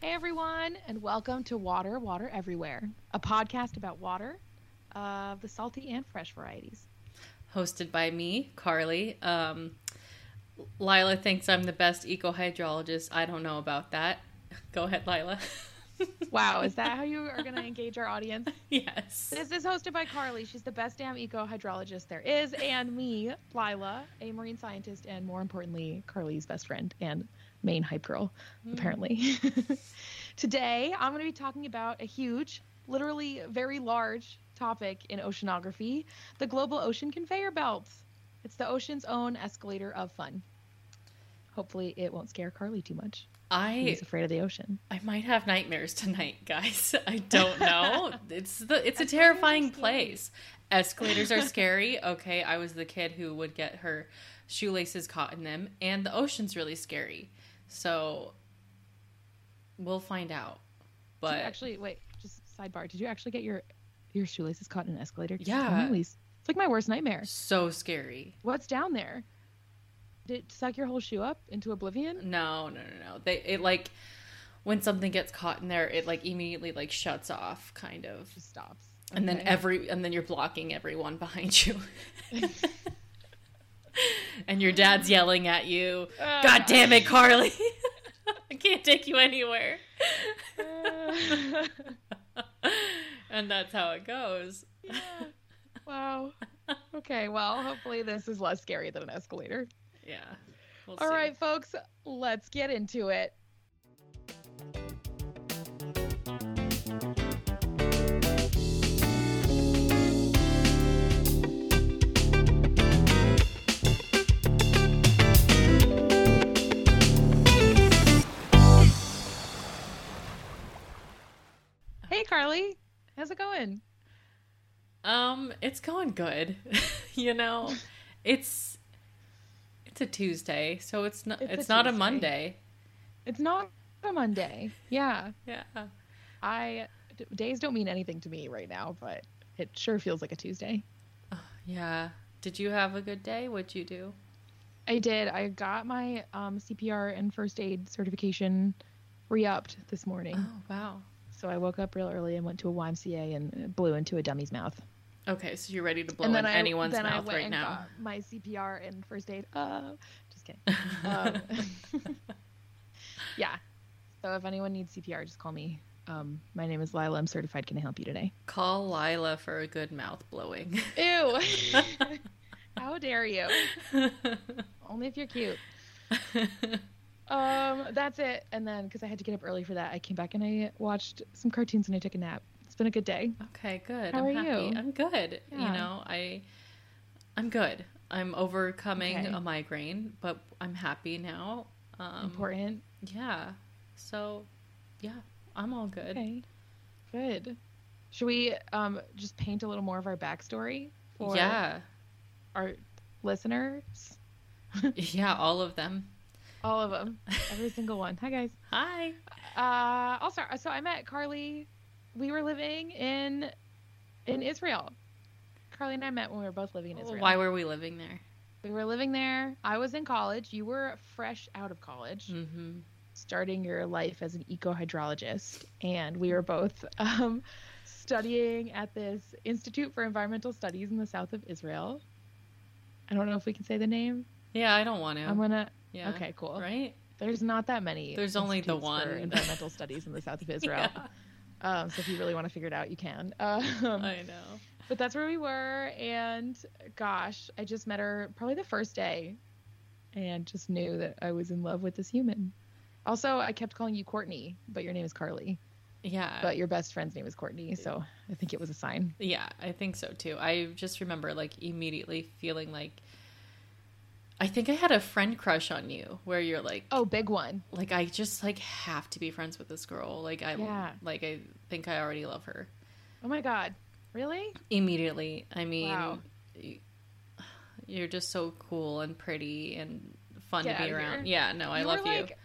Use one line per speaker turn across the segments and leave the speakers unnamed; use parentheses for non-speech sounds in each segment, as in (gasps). Hey, everyone, and welcome to Water, Water Everywhere, a podcast about water of the salty and fresh varieties.
hosted by me, Carly. Um, Lila thinks I'm the best eco hydrologist. I don't know about that. (laughs) Go ahead, Lila. (laughs)
Wow, is that how you are going to engage our audience?
yes.
This is hosted by Carly. She's the best damn eco hydrologist there is, and me, Lila, a marine scientist, and more importantly, Carly's best friend and main hype girl, apparently. (laughs) Today, I'm going to be talking about a huge, literally very large topic in oceanography the global ocean conveyor belt. It's the ocean's own escalator of fun. Hopefully, it won't scare Carly too much.
I
He's afraid of the ocean.
I might have nightmares tonight, guys. (laughs) I don't
(laughs)
know. It's the it's a terrifying
scary.
place. Escalators are scary. Okay, I was the kid who would get her shoelaces caught in them, and the ocean's really scary. So we'll find out.
Did
But
you actually wait, just sidebar. Did you actually get your your shoelaces caught in an escalator? 'Cause
Yeah.
I'm always- It's like my worst nightmare.
so scary.
What's down there? Did it suck your whole shoe up into oblivion?
No, no, no, no. They it like when something gets caught in there, it like immediately like shuts off, kind of,
Just stops.
and then
Okay.
every and then you're blocking everyone
(laughs)
behind you, and your dad's yelling at you.
Oh,
God damn it, Carly! (laughs) I can't take
(laughs)
you anywhere. (laughs)
gosh.
and that's how it goes.
(laughs) Yeah. wow. Okay, well, hopefully this is less scary than an escalator.
Yeah. We'll
All
see.
right, folks, let's get into it. Hey, Carly, how's it going?
Um, it's going good. (laughs) you know, it's it's a Tuesday, so it's not
It's
it's,
a
not a
Tuesday.
Monday.
It's not a Monday. Yeah,
Yeah.
I d- days don't mean anything to me right now, but it sure feels like a Tuesday.
Yeah. Did you have a good day? What'd you do?
I did. I got my um, CPR and first aid certification re-upped this morning.
Oh, wow.
So I woke up real early and went to a YMCA and blew into a dummy's mouth.
Okay, so you're ready to blow
and
in
I,
anyone's
then I
mouth
went
right
and
now.
got my CPR and first aid. Uh, just
(laughs)
kidding. Um, (laughs) yeah. So if anyone needs CPR, just call me. Um, my name is Lila. I'm certified. Can I help you today?
Call Lila for a good mouth blowing. (laughs)
Ew. How dare you? Only if you're cute.
(laughs)
Um, that's it. And then because I had to get up early for that, I came back and I watched some cartoons and I took a nap. It's been a good day.
okay, good.
How
I'm
are
happy.
you?
I'm good.
Yeah.
You know, I I'm good. I'm overcoming
Okay.
a migraine, but I'm happy now. Um
Important.
yeah. So, yeah, I'm all good.
Okay. Good. Should we um just paint a little more of our backstory for
Yeah. (laughs)
our listeners?
yeah, all of them.
All of them, every single one. Hi guys.
Hi.
Uh, also, so I met Carly. We were living in in Israel. Carly and I met when we were both living in Israel.
Oh, Why were we living there?
We were living there. I was in college. You were fresh out of college.
Mhm.
starting your life as an ecohydrologist and we were both um, studying at this institute for environmental studies in the south of israel i don't know if we can say the name
Yeah, I don't want to.
i'm gonna
yeah.
okay cool
Right?
there's not that many
There's only the
institutes for
one.
environmental studies in the south
(laughs)
of israel
Yeah,
um, so if you really want to figure it out you can um,
I know.
but that's where we were and gosh i just met her probably the first day and just knew that i was in love with this human also i kept calling you courtney but your name is carly
Yeah.
but your best friend's name is courtney so i think it was a sign
yeah, I think so too. I just remember like immediately feeling like I think I had a friend crush on you where you're like
oh big one
like I just like have to be friends with this girl. Like I
Yeah.
like I think I already love her.
oh my god really
Immediately. I mean
Wow.
y- you're just so cool and pretty and fun
Get
to
out
be
of
around.
here.
Yeah, no, I
You were
love you.
like-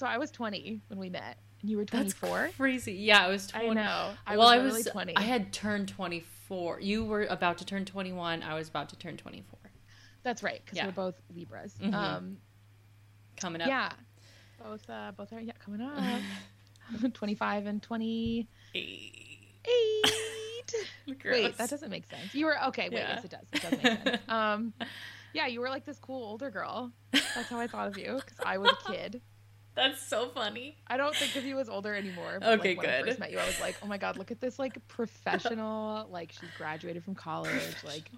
so i was 20 when we met and you were
That's
24
crazy. Yeah, I was
i
20.
know i
well,
was
I
literally
was
20
I had turned 24. You were about to turn 21. I was about to turn 24.
that's right because
Yeah.
we're both libras
Mhm.
um
Coming up.
yeah both uh both are yeah coming up
(laughs)
25 and 28.
Gross.
Wait, that doesn't make sense. You were okay. Wait,
Yeah.
yes, it does. It does make sense.
(laughs)
Um, yeah, you were like this cool older girl. That's how I thought of you because I was a kid.
That's so funny.
I don't think of you as older anymore. But
Okay,
like, when I
good.
first met you, I was like, oh my god, look at this like professional. Like she's graduated from college. Like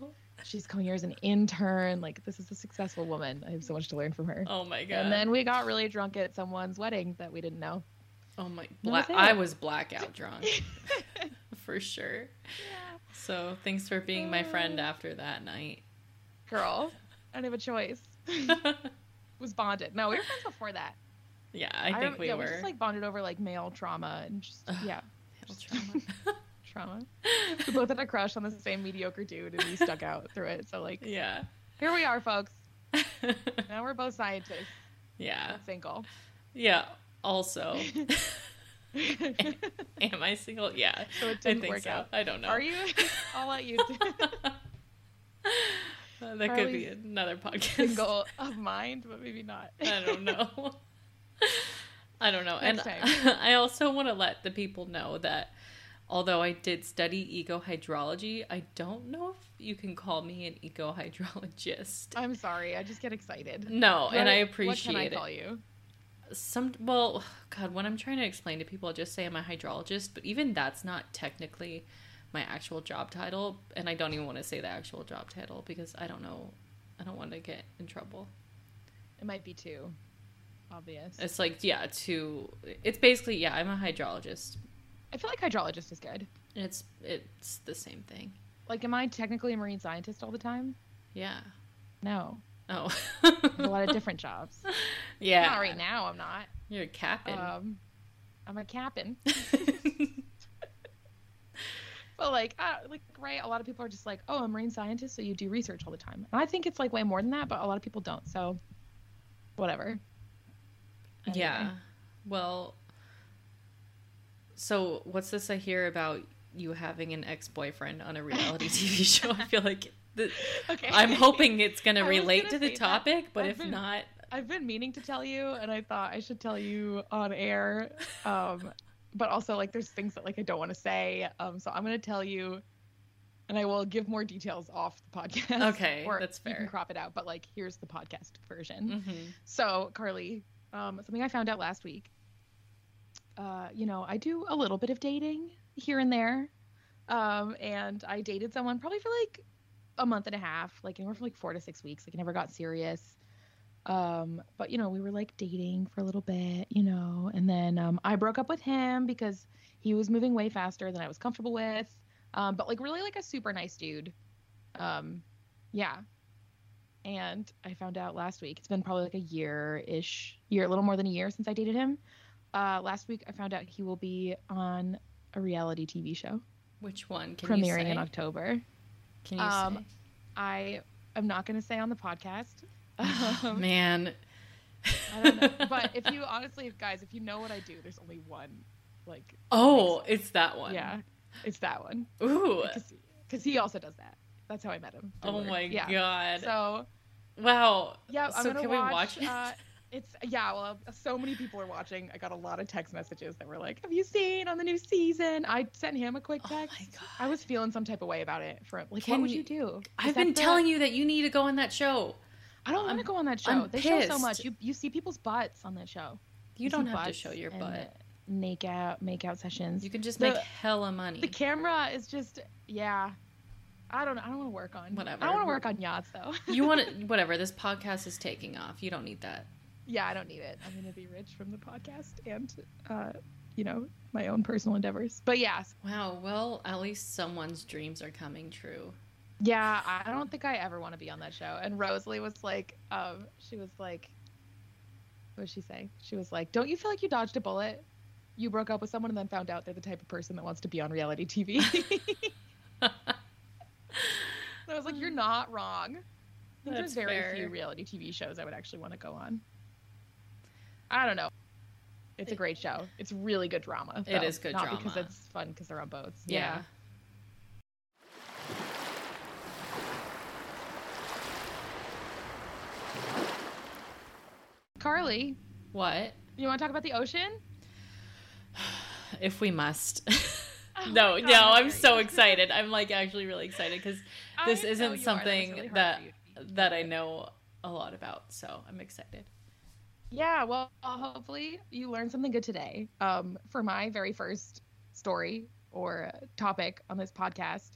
she's coming here as an intern. Like this is a successful woman. I have so much to learn from her.
(laughs) oh my god.
And then we got really drunk at someone's wedding that we didn't know.
oh my
No,
bla-
say it.
I was
(laughs)
blackout drunk for sure. So thanks for being my
Oh.
friend after that
(laughs)
night.
Girl, I don't have a choice. was bonded. No, we were friends before that.
yeah, I think
rem-
we
yeah,
were.
We just like bonded over like male trauma and just
Ugh.
yeah,
Male trauma.
trauma. we both had a crush on the same mediocre dude, and we stuck out through it. So like,
(laughs) yeah. (laughs)
here we are, folks. Now we're both scientists,
yeah.
and single.
(laughs)
(laughs)
Yeah. Also,
so it
am I single? Yeah. I
didn't
think
work
so.
out.
I don't know.
Are you? I'll let you
(laughs)
do
Uh, (laughs) that could be
Carly's
another podcast.
single of mind, but maybe not.
(laughs) I don't know. (laughs) I don't know.
Next
and
time.
(laughs) I also want to let the people know that although I did study ecohydrology, I don't know if you can call me an ecohydrologist.
(laughs) I'm sorry. I just get excited.
No, and I
Uh, What-
appreciate
What can I
it.
call you?
Some well, God, when I'm trying to explain to people, I just say I'm a hydrologist, but even that's not technically my actual job title, and I don't even want to say the actual job title because I don't know. I don't want to get in trouble.
It might be too obvious.
It's like yeah, to it's basically yeah, I'm a hydrologist.
I feel like hydrologist is good.
It's it's the same thing.
Like, am I technically a marine scientist all the time?
Yeah.
No,
Oh. (laughs)
I have a lot of different jobs.
yeah.
Not right now. I'm not.
You're a captain.
Um, I'm a
(laughs)
captain. (laughs) But like, uh, like right, a lot of people are just like, oh, I'm a marine scientist, so you do research all the time. And I think it's like way more than that, but a lot of people don't. So,
(laughs)
whatever. Anyway.
yeah. Well. So what's this I hear about you having an ex-boyfriend on a
(laughs)
reality TV show? I feel like the,
Okay.
I'm hoping it's gonna
I was
relate
gonna
to the
say that. Mm-hmm.
topic, but
I've
if
been-
not,
I've been meaning to tell you, and I thought I should tell you on air. Um, but also, like, there's things that like I don't want to say. Um, so I'm gonna tell you, and I will give more details off the podcast.
Okay,
(laughs) or
that's
You
fair.
can crop it out, but like, here's the podcast version.
Mhm.
So, Carly, um, something I found out last week. Uh, you know, I do a little bit of dating here and there, um, and I dated someone probably for like a month and a half, like anywhere from like four to six weeks. Like, I never got serious. Um, but you know, we were like dating for a little bit, you know, and then um, I broke up with him because he was moving way faster than I was comfortable with. Um, but like, really, like a super nice dude. Um, yeah, and I found out last week. It's been probably like a year ish, year, a little more than a year since I dated him. Uh, last week, I found out he will be on a reality TV show
which one can you
premiering
say?
in October.
Can you
Um, I am not going to say on the podcast.
say?
Um, (laughs)
(laughs) Man,
I don't
(laughs)
know. But if you honestly, guys, if you know what I do, there's only one. Like,
oh, it's that one.
yeah, it's that one.
Ooh.
Because he also does that. That's how I met him. through
Oh
Word.
my
yeah.
god.
So
Wow.
Yeah, I'm
So
gonna
can we
watch,
watch it?
Uh, it's yeah. Well, so many people are watching. I got a lot of text messages that were like, "Have you seen on the new season?" I sent him a quick
Oh my
text. I was feeling some type of way about it. For like,
Can
what would
you-
you do?
I've been telling you that you need to go on that show.
I don't want
I'm-
to go on that show.
I'm
they show so
pissed.
much. You you see people's butts on that show.
You don't
see
have to
butts
show your
and
butt.
Make out, make out sessions.
You can just
The-
make hella money.
the camera is just yeah. I don't. I don't want to work on.
Whatever.
I don't want to work on yachts though. (laughs)
you want to, whatever. This podcast is taking off. You don't need that.
yeah, I don't need it. I'm gonna be rich from the podcast and, uh, you know, my own personal endeavors. But yeah, s-
Wow. Well, at least someone's dreams are coming true.
yeah, I don't think I ever want to be on that show. And Rosalie was like, um, she was like, what was she saying? She was like, don't you feel like you dodged a bullet? You broke up with someone and then found out they're the type of person that wants to be on reality (laughs) TV. And I was like, you're not wrong. I think
Mm. That's
There's very
fair.
few reality TV shows I would actually want to go on. I don't know. It's a great show. It's really good drama.
It
though.
is good
Not because
drama.
it's fun because they're on boats.
Yeah.
Carly,
What?
you want to talk about the ocean?
if we must. (laughs)
Oh
no,
my God,
no,
how
I'm
dare
so
you.
excited. I'm like actually really excited because
I
this
know
isn't
you are. That was
something
really hard
that-
for you to be.
that I know a lot about. So I'm excited.
Yeah, well, uh, hopefully you learned something good today. Um, for my very first story or uh, topic on this podcast,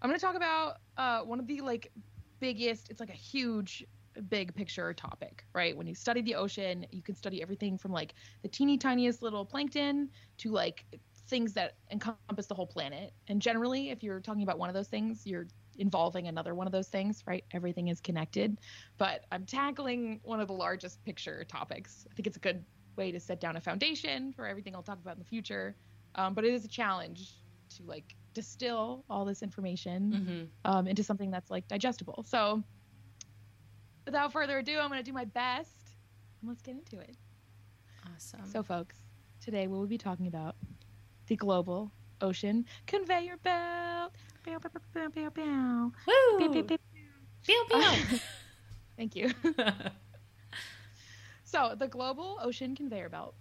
I'm going to talk about uh, one of the like biggest. It's like a huge, big picture topic, right? When you study the ocean, you can study everything from like the teeny tiniest little plankton to like things that encompass the whole planet. And generally, if you're talking about one of those things, you're involving another one of those things, right? Everything is connected but I'm tackling one of the largest picture topics. I think it's a good way to set down a foundation for everything I'll talk about in the future. Um, but it is a challenge to like distill all this information
Mm-hmm.
um, into something that's like digestible. So, without further ado, I'm going to do my best and let's get into it.
Awesome.
So, folks, today we will be talking about the global ocean conveyor belt. Bow, bow, bow, bow, bow,
Woo!
bow. Bow, bow, bow. (laughs)
Pew, pew.
Thank you. (laughs) So, the global ocean conveyor belt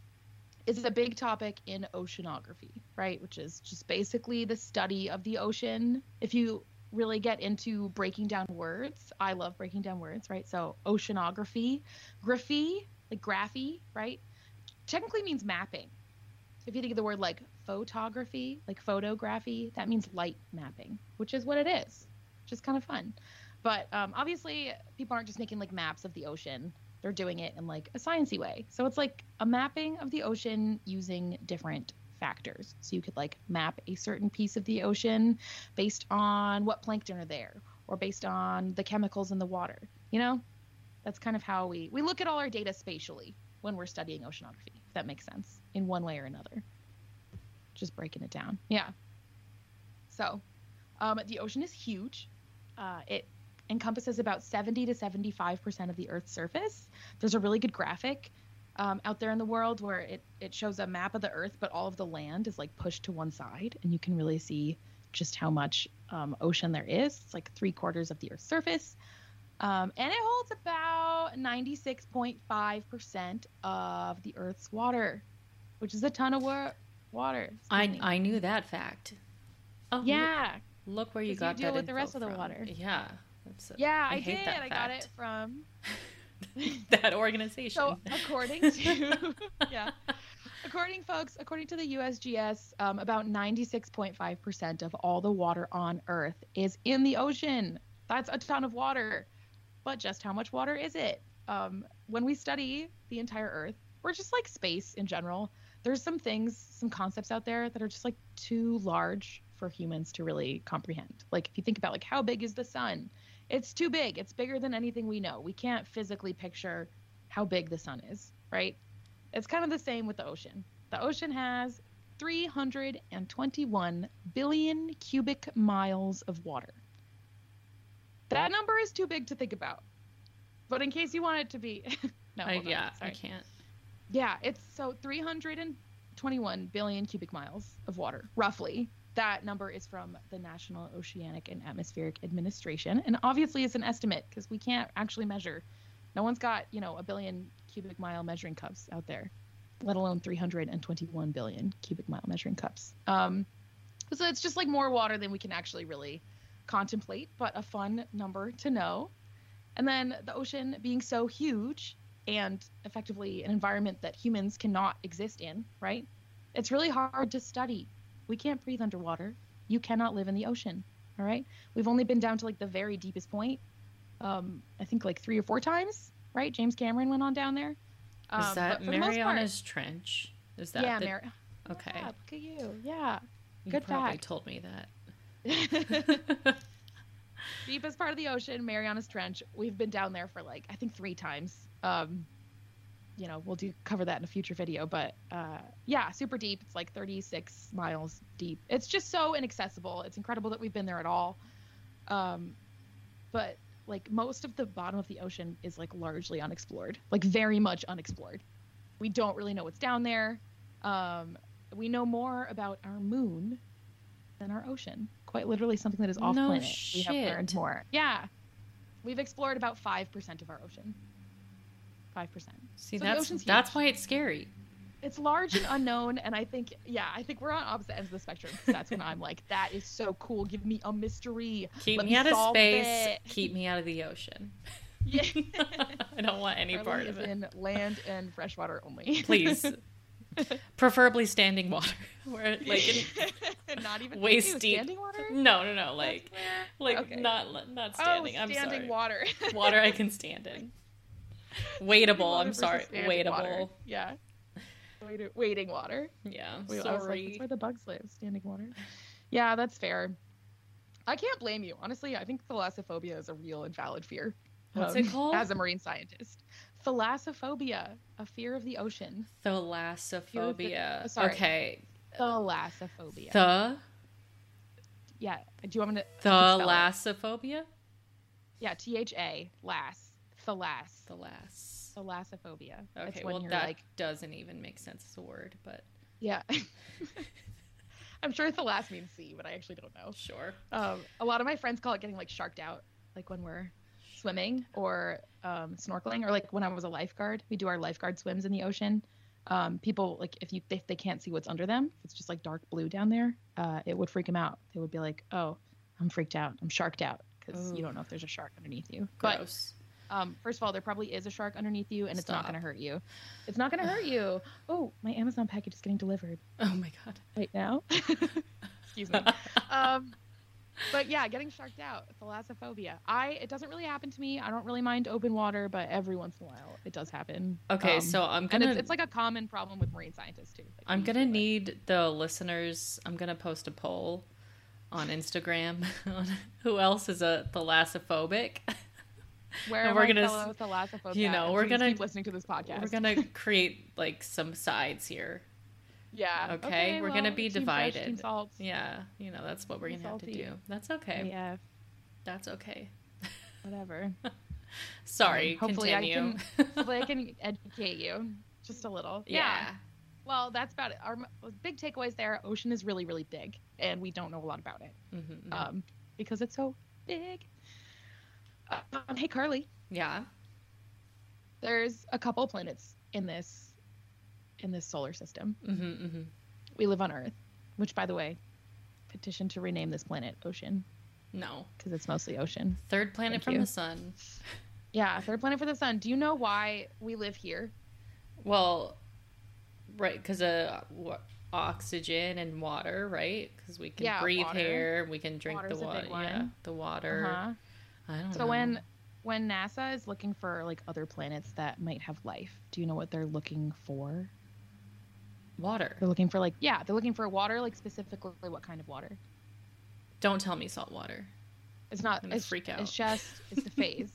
is a big topic in oceanography, right? Which is just basically the study of the ocean. If you really get into breaking down words, I love breaking down words, right? So, oceanography, graphy, like graphy, right? Technically means mapping. So, if you think of the word like photography, like photography, that means light mapping, which is what it is, which is kind of fun. But um, obviously, people aren't just making like maps of the ocean they're doing it in like a sciencey way. So it's like a mapping of the ocean using different factors. So you could like map a certain piece of the ocean based on what plankton are there or based on the chemicals in the water. You know? That's kind of how we we look at all our data spatially when we're studying oceanography, if that makes sense, in one way or another. Just breaking it down. Yeah. So, um, the ocean is huge. Uh, it encompasses about 70 to 75% of the Earth's surface. There's a really good graphic um, out there in the world where it, it shows a map of the Earth, but all of the land is like pushed to one side, and you can really see just how much um, ocean there is. It's like three quarters of the Earth's surface. Um, and it holds about 96.5% of the Earth's water, which is a ton of wa- water.
I
Excuse me.
I knew that fact. Oh look-
yeah,
Look, where you
'Cause you
got
deal
that
with the
info
rest of the
from.
water.
Yeah. That's a-
yeah,
I
I,
hate
did.
that
I got
fact.
it from
(laughs) that organization. (laughs)
So according to (laughs) yeah, according folks, according to the USGS, um, about 96.5% of all the water on Earth is in the ocean. That's a ton of water, but just how much water is it? Um, when we study the entire Earth, or just like space in general, there's some things, some concepts out there that are just like too large for humans to really comprehend. Like if you think about like how big is the sun? It's too big. It's bigger than anything we know. We can't physically picture how big the sun is, right? It's kind of the same with the ocean. The ocean has 321 billion cubic miles of water. That number is too big to think about. But in case you want it to be, (laughs) no,
I,
hold on,
yeah, I
sorry.
can't.
Yeah, it's so 321 billion cubic miles of water, roughly. That number is from the National Oceanic and Atmospheric Administration. And obviously, it's an estimate because we can't actually measure. No one's got, you know, a billion cubic mile measuring cups out there, let alone 321 billion cubic mile measuring cups. Um, so it's just like more water than we can actually really contemplate, but a fun number to know. And then the ocean being so huge, and effectively an environment that humans cannot exist in, right? It's really hard to study. We can't breathe underwater. You cannot live in the ocean, all right? We've only been down to like the very deepest point, um, I think like three or four times, right? James Cameron went on down there. Um,
Is that
but for the most part-
Mariana's Trench? Is that
yeah,
the-
Mar-
okay?
yeah, look at you. Yeah.
you
good
probably
fact.
told me
(laughs)
(laughs) that.
deepest part of the ocean, Marianas Trench. We've been down there for like I think three times. Um, you know, we'll do cover that in a future video, but uh, yeah, super deep. It's like 36 miles deep. It's just so inaccessible. It's incredible that we've been there at all. Um, but like most of the bottom of the ocean is like largely unexplored, like very much unexplored. We don't really know what's down there. Um, we know more about our moon than our ocean. Quite literally, something that is off
No
planet. We have
shit.
learned more. Yeah, we've explored about five percent of our ocean. Five percent.
See,
So the
that's
ocean's
that's
huge.
why it's scary.
It's large and unknown, and I think, yeah, I think we're on opposite ends of the spectrum. 'cause That's when I'm like, that is so cool. Give me a mystery.
Keep
Let
me out of
solve
space.
it.
(laughs) Keep me out of
(laughs)
the ocean. (laughs)
Yeah.
I don't want any
Curly
part
is
of it.
in land and freshwater only. (laughs)
Please. Preferably standing water. (laughs) Where like
(laughs)
in,
not even
waist
ew,
deep.
Standing water.
no, no, no, like
Where?
like
Okay.
not not
Oh,
standing. I'm
standing (laughs)
sorry.
water.
water I can stand in.
Standing
Waitable,
water
I'm
versus
sorry.
standing
Waitable.
water. Yeah. Wait- waiting water.
Yeah.
Wait, I was like,
sorry.
that's where the bugs live, standing water. Yeah, that's fair. I can't blame you. Honestly, I think thalassophobia is a real and valid fear.
What's it called?
As a marine scientist. Thalassophobia, a fear of the ocean.
Thalassophobia.
Oh, sorry.
Okay.
Thalassophobia.
The
yeah. Do you want me to
thalassophobia?
Yeah, T H A, lass. Thalas.
Thalas.
Thalassophobia. That's
Okay,
when
well
you're
that
like
doesn't even make sense as a word, but
Yeah. (laughs) I'm sure thalas means sea, but I actually don't know.
sure.
Um, a lot of my friends call it getting like sharked out, like when we're swimming or um, snorkeling, or like when I was a lifeguard, we do our lifeguard swims in the ocean. Um, people like if you if they can't see what's under them, if it's just like dark blue down there, uh, it would freak them out. They would be like, "Oh, I'm freaked out. I'm sharked out." Because
Ooh.
you don't know if there's a shark underneath you. But
Gross.
um, first of all, there probably is a shark underneath you, and it's not
Stop.
going to hurt you. It's not going to hurt
(sighs)
you. Oh, my Amazon package is getting delivered
oh my god.
right now. (laughs) Excuse me. Um, but yeah, getting sharked out, thalassophobia. I it doesn't really happen to me. I don't really mind open water, but every once in a while it does happen.
Okay,
Um,
so I'm
and
gonna
it's, it's like a common problem with marine scientists too. Like,
I'm
we-
gonna
like-
need the listeners. I'm gonna post a poll on Instagram (laughs) on who else is a thalassophobic.
where
and
are
we're
my
gonna s-
fellow thalassophobia.
you know,
And
we're
please
gonna-
keep listening to this podcast.
We're gonna create like some sides here.
yeah.
okay, we're gonna be
team fresh,
divided.
team salt.
Yeah, you know that's what we're gonna have to
Salty.
do. That's okay.
Yeah,
That's okay.
whatever.
Sorry.
Um, hopefully I
continue.
Hopefully, I
(laughs)
can educate you just a little.
yeah.
Well, that's about it. Our m- big takeaways there. Ocean is really, really big, and we don't know a lot about it.
Mhm, mhm.
um, because it's so big. Um, hey, Carly,
yeah.
there's a couple planets in this in this solar system.
hmm hmm
We live on Earth, which, by the way, petition to rename this planet Ocean
No.
because it's mostly ocean.
Third planet
Thank
from
you.
the sun.
Yeah, third planet for the sun. Do you know why we live here?
Well, right, because uh, wa- oxygen and water, right? Because we can
Yeah,
breathe
water.
here, we can drink
Water's
the
a
water.
big
Yeah,
one.
the water.
Uh-huh.
I don't
So
know.
when when NASA is looking for like other planets that might have life, do you know what they're looking for?
water,
They're looking for like yeah, they're looking for water, like specifically what kind of water?
don't tell me salt water.
It's not.
I'm gonna
It's,
freak out.
it's just
(laughs)
it's the phase.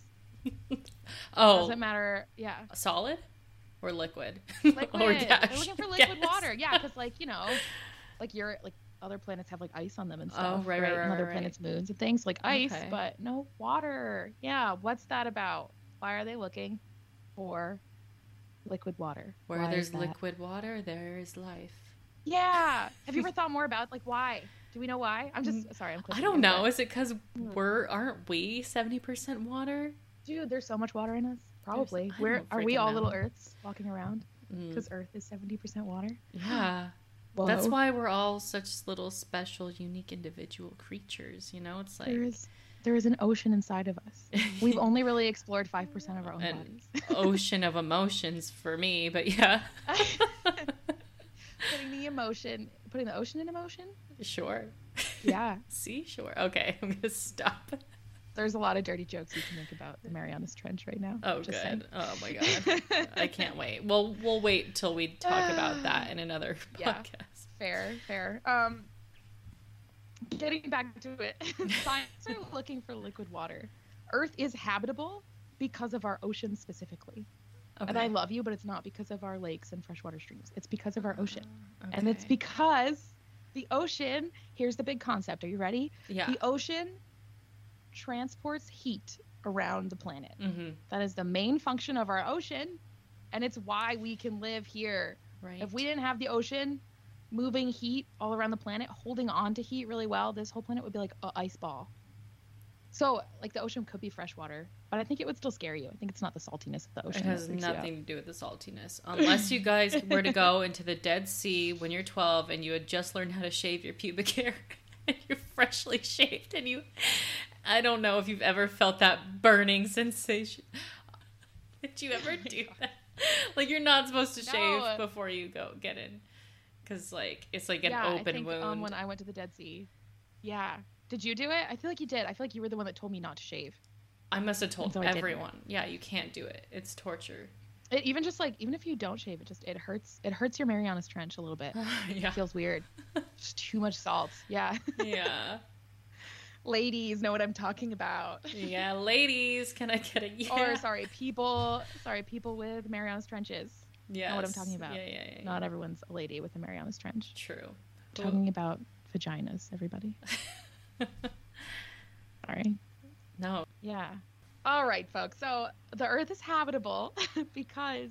Oh,
doesn't matter. Yeah,
solid or liquid? (laughs)
liquid.
Oh, gas-
They're looking
(laughs)
for liquid
gas.
water. Yeah, because like you know, like you're like other planets have like ice on them and
Oh,
stuff.
right, right,
And
right,
other
right.
planets' moons and things like ice,
Okay.
but no water. Yeah, what's that about? Why are they looking for liquid water?
Where
Why is
there's
that?
liquid water, there is life.
Yeah. Have (laughs) you ever thought more about like why? Do we know why? I'm just sorry. I'm.
I
clicking
don't
here,
know.
but-
Is it because
Hmm.
we're aren't we seventy percent water?
Dude, there's so much water in us. Probably.
I
Where
don't
are we
freaking
all little
know.
Earths walking around?
Mm,
Because Earth is 70% water.
yeah. That's
Whoa.
why we're all such little special, unique individual creatures. You know, it's like
there is (laughs) there is an ocean inside of (laughs) us. We've only really explored five percent of our own
And-
bodies.
ocean of emotions for me. But yeah,
(laughs) putting the emotion, putting the ocean in emotion.
sure.
Yeah,
See, sure. Okay, (laughs) I'm gonna stop.
there's a lot of dirty jokes you can make about the Marianas Trench right now.
Oh,
just
good.
saying.
Oh my god, I can't wait. Well, we'll wait till we talk
(sighs)
about that in another
Yeah.
(laughs) podcast.
Fair, fair. Um, getting back to it, (laughs) science are looking for liquid water. Earth is habitable because of our ocean specifically.
Okay.
And I love you, but it's not because of our lakes and freshwater streams. It's because of our ocean. And it's
Ah, Okay.
because the ocean, here's the big concept. Are you ready?
yeah.
The ocean transports heat around the planet.
hmm
That is the main function of our ocean, and it's why we can live here.
Right.
If we didn't have the ocean moving heat all around the planet, holding on to heat really well, this whole planet would be like an ice ball. So like the ocean could be freshwater, but I think it would still scare you. I think it's not the saltiness of the
It
ocean. that
has
freaks you out.
nothing to do with the saltiness. Unless
(laughs)
you guys were to go into the Dead Sea when you're 12 and you had just learned how to shave your pubic hair (laughs) and you're freshly shaved and you. I don't know if you've ever felt that burning sensation. (laughs) Did you ever
(laughs)
do that? Like, you're not supposed to shave
No.
before you go get in. Because, like, it's like an
yeah,
open
I think,
wound.
Um, when I went to the Dead Sea. Yeah. Did you do it? I feel like you did. I feel like you were the one that told me not to shave.
I must have told
so I didn't.
everyone. Yeah, you can't do it. It's torture. (laughs)
It even just like even if you don't shave, it just it hurts. It hurts your Marianas Trench a little bit. (laughs)
yeah.
It feels
(laughs)
weird. just too much salt. Yeah. (laughs)
Yeah.
Ladies know what I'm talking about.
Yeah. Ladies, can I get a yeah?
Or sorry, people. Sorry, people with Marianas Trenches.
Yeah.
know what I'm talking about.
Yeah, yeah, yeah.
Not everyone's a lady with a Marianas Trench.
true.
Talking about vaginas,
(laughs)
everybody. Sorry.
No.
Yeah. All right, folks. So the Earth is habitable (laughs) because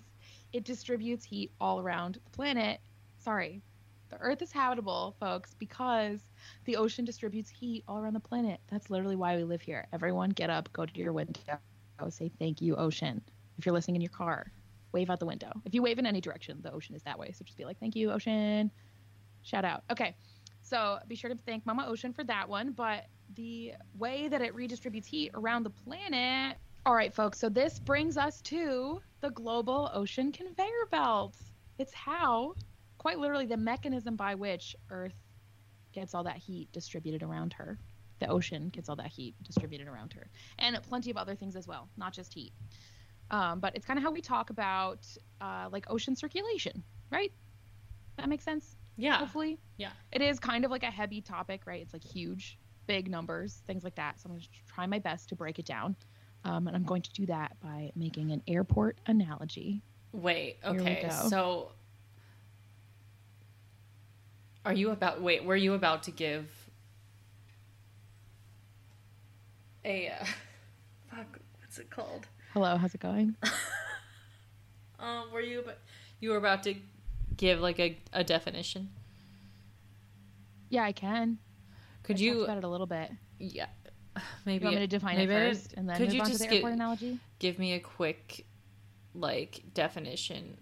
it distributes heat all around the planet. Sorry. The Earth is habitable, folks, because the ocean distributes heat all around the planet. That's literally why we live here. Everyone get up, go to your window, say thank you, ocean. If you're listening in your car, wave out the window. If you wave in any direction, the ocean is that way. So just be like, thank you, ocean. Shout out. Okay. So be sure to thank Mama Ocean for that one. But the way that it redistributes heat around the planet. All right, folks. So this brings us to the global ocean conveyor belt. It's how, quite literally, the mechanism by which Earth gets all that heat distributed around her. The ocean gets all that heat distributed around her, and plenty of other things as well, not just heat. Um, but it's kind of how we talk about uh, like ocean circulation, right? That makes sense.
Yeah.
Hopefully
Yeah.
it is kind of like a heavy topic, right? It's like huge, big numbers, things like that. So I'm going to try my best to break it down. Um, and I'm going to do that by making an airport analogy.
Wait.
we
Okay.
go.
So Are you about wait, were you about to give a uh, (laughs) fuck, what's it called?
Hello, how's it
(laughs)
going?
Um, were you about, you were about to give like a, a definition?
Yeah, I can.
Could
I talked
you
about it a little bit.
yeah, (sighs)
You
maybe
want me to define it
maybe I-
first and then
could
move
you
on to
just
the
gi-
airport analogy?
give me a quick like definition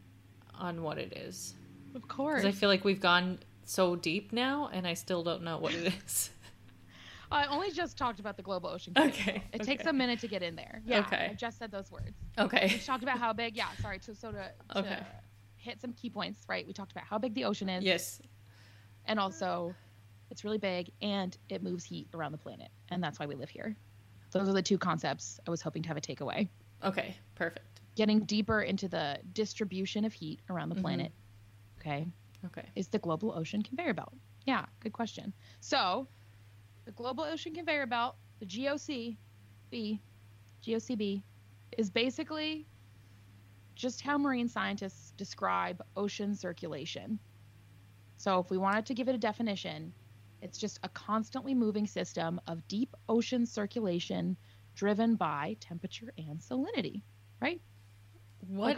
on what it is?
Of course.
Because I feel like we've gone so deep now, and I still don't know what it is. (laughs)
oh, I only just talked about the global ocean.
Okay,
It takes
okay.
a minute to get in there. Yeah.
Okay.
I just said those words.
okay.
We talked about how big. Yeah, sorry. To, so to, to
Okay.
hit some key points, right? We talked about how big the ocean is.
Yes.
and also it's really big and it moves heat around the planet and that's why we live here those are the two concepts i was hoping to have a takeaway
Okay. Perfect.
getting deeper into the distribution of heat around the planet okay
Okay.
is the global ocean conveyor belt yeah good question so the global ocean conveyor belt the goc b gocb is basically just how marine scientists describe ocean circulation so if we wanted to give it a definition, it's just a constantly moving system of deep ocean circulation driven by temperature and salinity, right?
What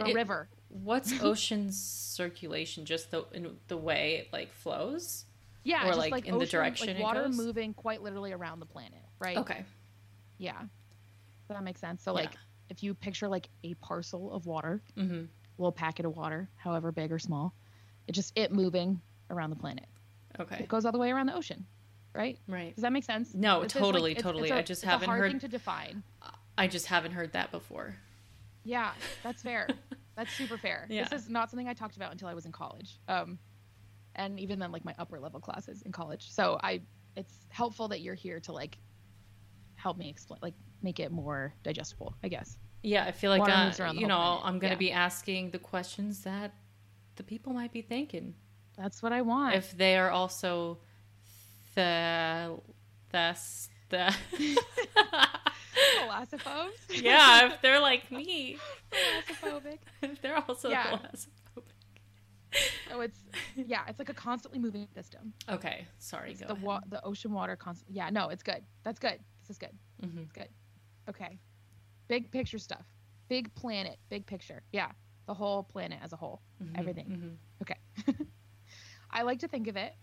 like a
i-
river. (laughs)
What's ocean circulation? Just the in the way it like flows.
Yeah,
or
just
like
like,
in the
ocean-
direction
like
it
water
goes?
moving quite literally around the planet, right?
Okay.
Yeah. Does that make sense? So
Yeah.
like if you picture like a parcel of water,
Mm-hmm.
little packet of water, however big or small, it just it moving around the planet.
Okay.
It goes all the way around the ocean, right?
Right.
Does that make sense?
No,
This is,
totally,
it's-
totally.
It's a-
I just
it's a
haven't
hard
heard-
thing to define.
I just haven't heard that before.
Yeah, that's fair.
(laughs)
that's super fair.
Yeah.
This is not something I talked about until I was in college. Um, and even then, like my upper level classes in college. So I, it's helpful that you're here to like help me explain, like make it more digestible, I guess.
Yeah, I feel like
Water
uh,
moves around the
you know
whole planet.
I'm gonna
Yeah.
be asking the questions that the people might be thinking
That's what I want.
(laughs) if they are also the that's the
(laughs) Philosophos. (laughs)
yeah if they're like me (laughs)
Philosophobic.
If They're also
Yeah.
glassophobic.
So Oh, it's yeah, it's like a constantly moving system.
Okay, sorry.
It's
go
the
ahead.
wa- the ocean water constant. Yeah, no, it's good. That's good. This is good.
Mhm.
It's good. Okay. Big picture stuff. Big planet. Big picture. Yeah. The whole planet as a whole. Everything.
Mhm.
(laughs) Okay. I like to think of it.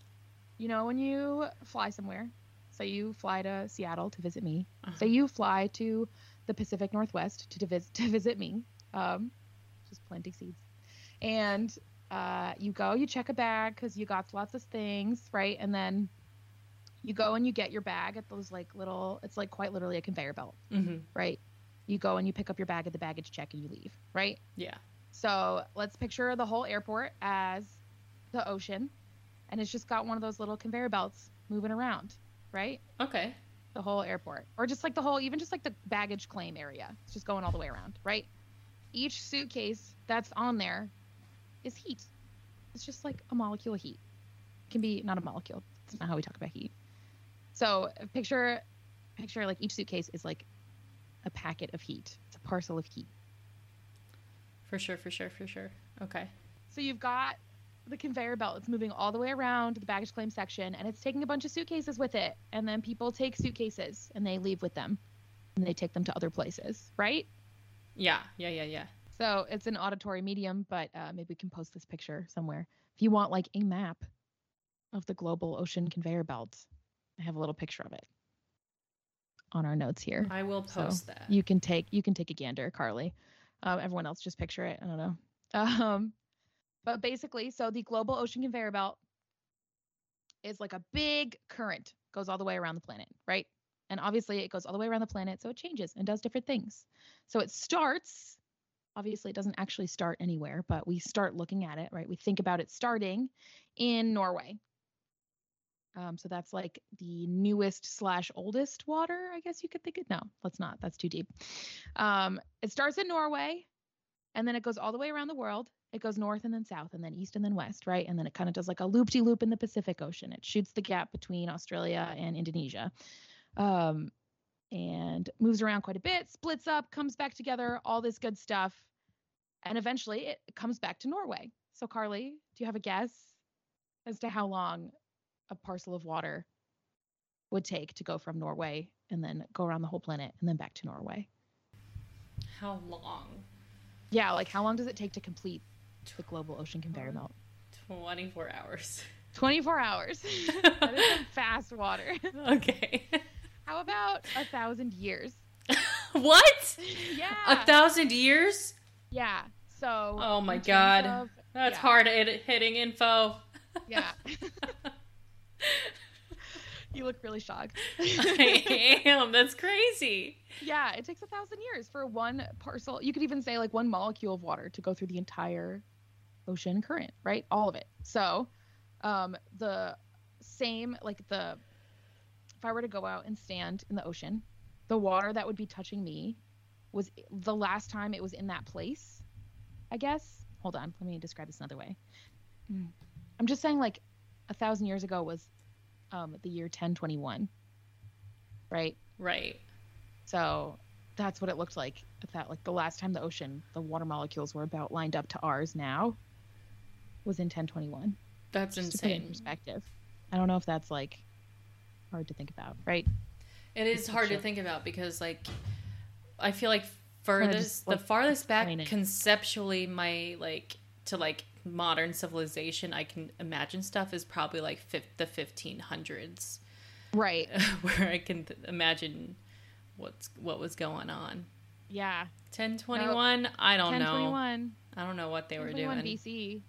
You know, when you fly somewhere, So you fly to Seattle to visit me.
Uh-huh.
So you fly to the Pacific Northwest to, to, visit, (laughs) to visit me. Um, just planting seeds. And uh, you go, you check a bag because you got lots of things, right? And then you go and you get your bag at those like little, it's like quite literally a conveyor belt,
Mm-hmm.
right? You go and you pick up your bag at the baggage check and you leave, right?
Yeah.
So let's picture the whole airport as the ocean, and it's just got one of those little conveyor belts moving around, right?
Okay.
The whole airport, or just like the whole, even just like the baggage claim area, it's just going all the way around, right? Each suitcase that's on there is heat. It's just like a molecule of heat. It can be not a molecule. It's not how we talk about heat. So picture, picture like each suitcase is like a packet of heat. It's a parcel of heat.
For sure, for sure, for sure. Okay.
So you've got the conveyor belt. It's moving all the way around the baggage claim section and it's taking a bunch of suitcases with it. And then people take suitcases and they leave with them and they take them to other places, right?
Yeah, yeah, yeah, yeah.
So it's an auditory medium, but uh, maybe we can post this picture somewhere. If you want like a map of the global ocean conveyor belt, I have a little picture of it on our notes here.
I will
So,
post that.
You can take you can take a gander, Carly. Um, everyone else just picture it. I don't know. (laughs) Um, but basically, so the global ocean conveyor belt is like a big current goes all the way around the planet, right? And obviously, it goes all the way around the planet, so it changes and does different things. So it starts. Obviously, it doesn't actually start anywhere, but we start looking at it, right? We think about it starting in Norway. Um, so that's like the newest slash oldest water, I guess you could think it. No, let's not. That's too deep. Um, it starts in Norway, and then it goes all the way around the world. It goes north and then south, and then east and then west, right? And then it kind of does like a loop de loop in the Pacific Ocean. It shoots the gap between Australia and Indonesia, um, and moves around quite a bit, splits up, comes back together, all this good stuff, and eventually it comes back to Norway. So, Carly, do you have a guess as to how long a parcel of water would take to go from Norway and then go around the whole planet and then back to Norway.
How long?
Yeah, like how long does it take to complete the global ocean
Um,
conveyor belt?
24
(laughs)
hours.
24 hours. (laughs) that is some fast water. (laughs)
okay. (laughs)
how about a thousand years?
what?
yeah.
A thousand years?
yeah. So.
Oh my
in terms
God.
of-
That's
Yeah.
hard hit- hitting info. (laughs)
yeah. (laughs) you look really shocked.
I am. That's crazy.
Yeah, it takes a thousand years for one parcel. You could even say like one molecule of water to go through the entire ocean current, right? All of it. So, um, the same like the if I were to go out and stand in the ocean, the water that would be touching me was the last time it was in that place. I guess. Hold on, let me describe this another way. Mm. I'm just saying like a thousand years ago was um, the year 1021, right?
Right.
So that's what it looked like at that like the last time the ocean the water molecules were about lined up to ours now was in 1021.
That's
Just to put it in
insane.
perspective. I don't know if that's like hard to think about, right?
It is hard to
picture.
think about because, like, I feel like
I
furthest,
just
the
want to
farthest back
explain it.
conceptually, my like to like modern civilization, I can imagine stuff is probably like fif- the fifteen hundreds, (laughs)
Right.
where I can th- imagine what's what was going on.
Yeah.
Ten twenty one. I don't know.
1021.
I don't know Oh, what they were
1021
doing.
BC.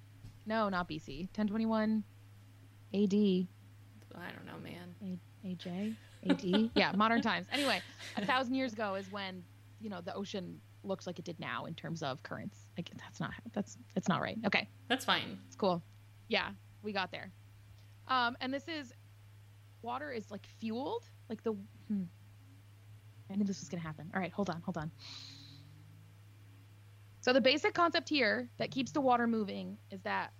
No, not BC. 1021 AD.
I don't know, man.
(laughs) AJ, AD. yeah, modern times. Anyway, a thousand years ago is when you know the ocean looks like it did now in terms of currents. Like that's not that's it's not right. Okay,
That's fine.
it's cool. Yeah, we got there. Um, and this is water is like fueled. Like the hmm. I knew this was gonna happen. All right, hold on, hold on. So the basic concept here that keeps the water moving is that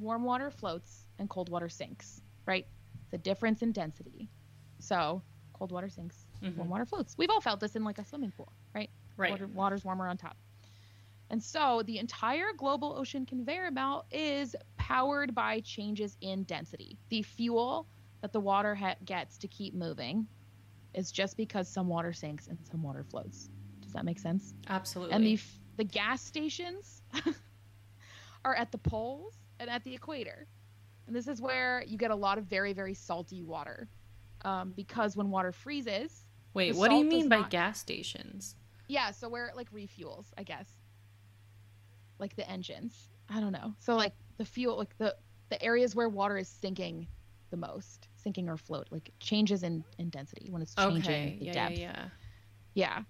warm water floats and cold water sinks. Right? The difference in density. So cold water sinks, warm
Mhm.
water floats. We've all felt this in like a swimming pool, right?
Right.
Water, water's warmer on top. And so the entire global ocean conveyor belt is powered by changes in density. The fuel that the water ha- gets to keep moving is just because some water sinks and some water floats. Does that make sense?
Absolutely.
And the f- the gas stations (laughs) are at the poles and at the equator. And this is where you get a lot of very very salty water. um, because when water freezes,
Wait,
The
what do you
salt does
mean by
not-
gas stations?
yeah, so where it like refuels, I guess, like the engines. I don't know. So like the fuel, like the the areas where water is sinking the most, sinking or float, like changes in in density when it's changing
Okay,
the
yeah, yeah,
depth.
yeah.
yeah.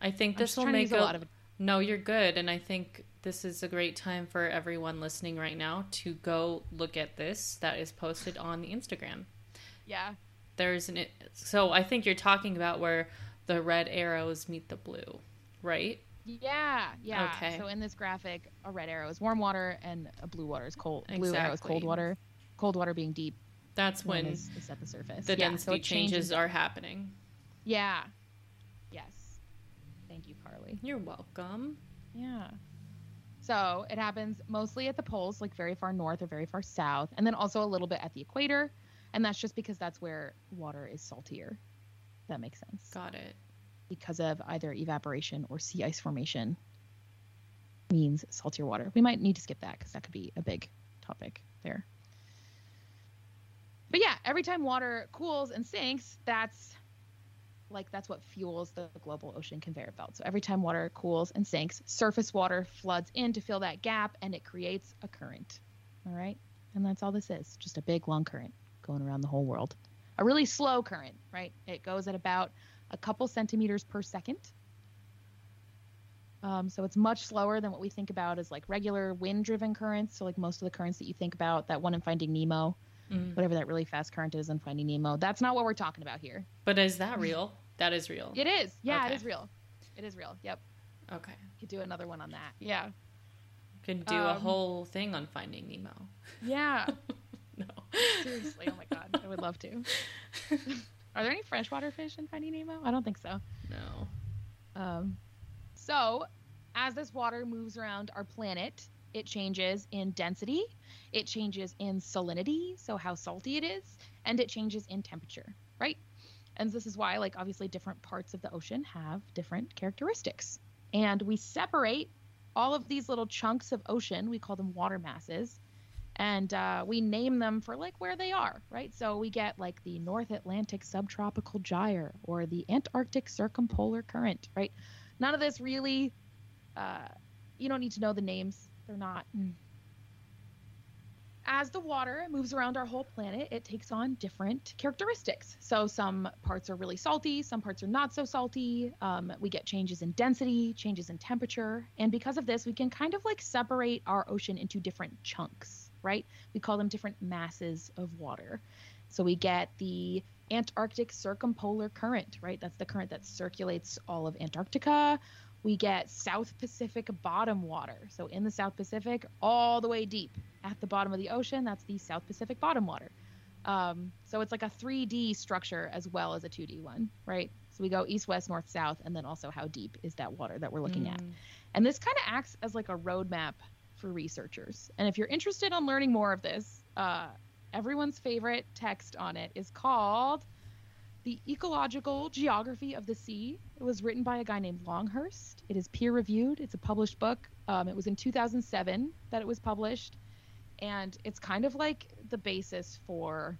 I think
I'm
this
just
will
trying to
make
use a lot of-
No, you're good, and I think this is a great time for everyone listening right now to go look at this that is posted on the Instagram.
Yeah.
There's an so I think you're talking about where the red arrows meet the blue, right?
Yeah, yeah.
Okay.
So in this graphic, a red arrow is warm water and a blue water is cold. Blue arrow is
Exactly.
cold water. Cold water being deep
That's
when
when
is, is at the surface.
the
yeah,
density
so it
changes are happening.
Yeah. Yes. Thank you, Carly.
You're welcome.
Yeah. So it happens mostly at the poles, like very far north or very far south, and then also a little bit at the equator. And that's just because that's where water is saltier. That makes sense.
Got it.
Because of either evaporation or sea ice formation means saltier water. We might need to skip that because that could be a big topic there. But yeah, every time water cools and sinks, that's like that's what fuels the global ocean conveyor belt. So every time water cools and sinks, surface water floods in to fill that gap and it creates a current. All right? And that's all this is, just a big long current going around the whole world. A really slow current, right? It goes at about a couple centimeters per second. Um, so it's much slower than what we think about as like regular wind-driven currents. So like most of the currents that you think about, that one in Finding Nemo,
Mm.
whatever that really fast current is in Finding Nemo, that's not what we're talking about here.
But is that real? That is real.
It is, yeah,
Okay.
it is real. It is real. Yep,
Okay.
could do another one on that. Yeah,
Can do a
Um,
whole thing on Finding Nemo.
yeah.
No.
Seriously, oh my god, I would love to. (laughs) Are there any freshwater fish in Finding Nemo? I don't think so.
No.
Um, so, as this water moves around our planet, it changes in density, it changes in salinity, so how salty it is, and it changes in temperature, right? And this is why, like, obviously, different parts of the ocean have different characteristics. And we separate all of these little chunks of ocean, we call them water masses, and uh, we name them for like where they are, right? So we get like the North Atlantic subtropical gyre or the Antarctic circumpolar current, right? None of this really, uh, you don't need to know the names. They're not. As the water moves around our whole planet, it takes on different characteristics. So some parts are really salty, some parts are not so salty. Um, we get changes in density, changes in temperature. And because of this, we can kind of like separate our ocean into different chunks, right? We call them different masses of water. So we get the Antarctic circumpolar current, right? That's the current that circulates all of Antarctica. We get South Pacific bottom water. So in the South Pacific, all the way deep at the bottom of the ocean, that's the South Pacific bottom water. Um, so it's like a 3D structure as well as a 2D one, right? So we go east, west, north, south, and then also how deep is that water that we're looking at? And this kind of acts as like a roadmap for researchers. And if you're interested in learning more of this, uh, everyone's favorite text on it is called The Ecological Geography of the Sea. It was written by a guy named Longhurst. It is peer reviewed, it's a published book. Um, it was in 2007 that it was published. And it's kind of like the basis for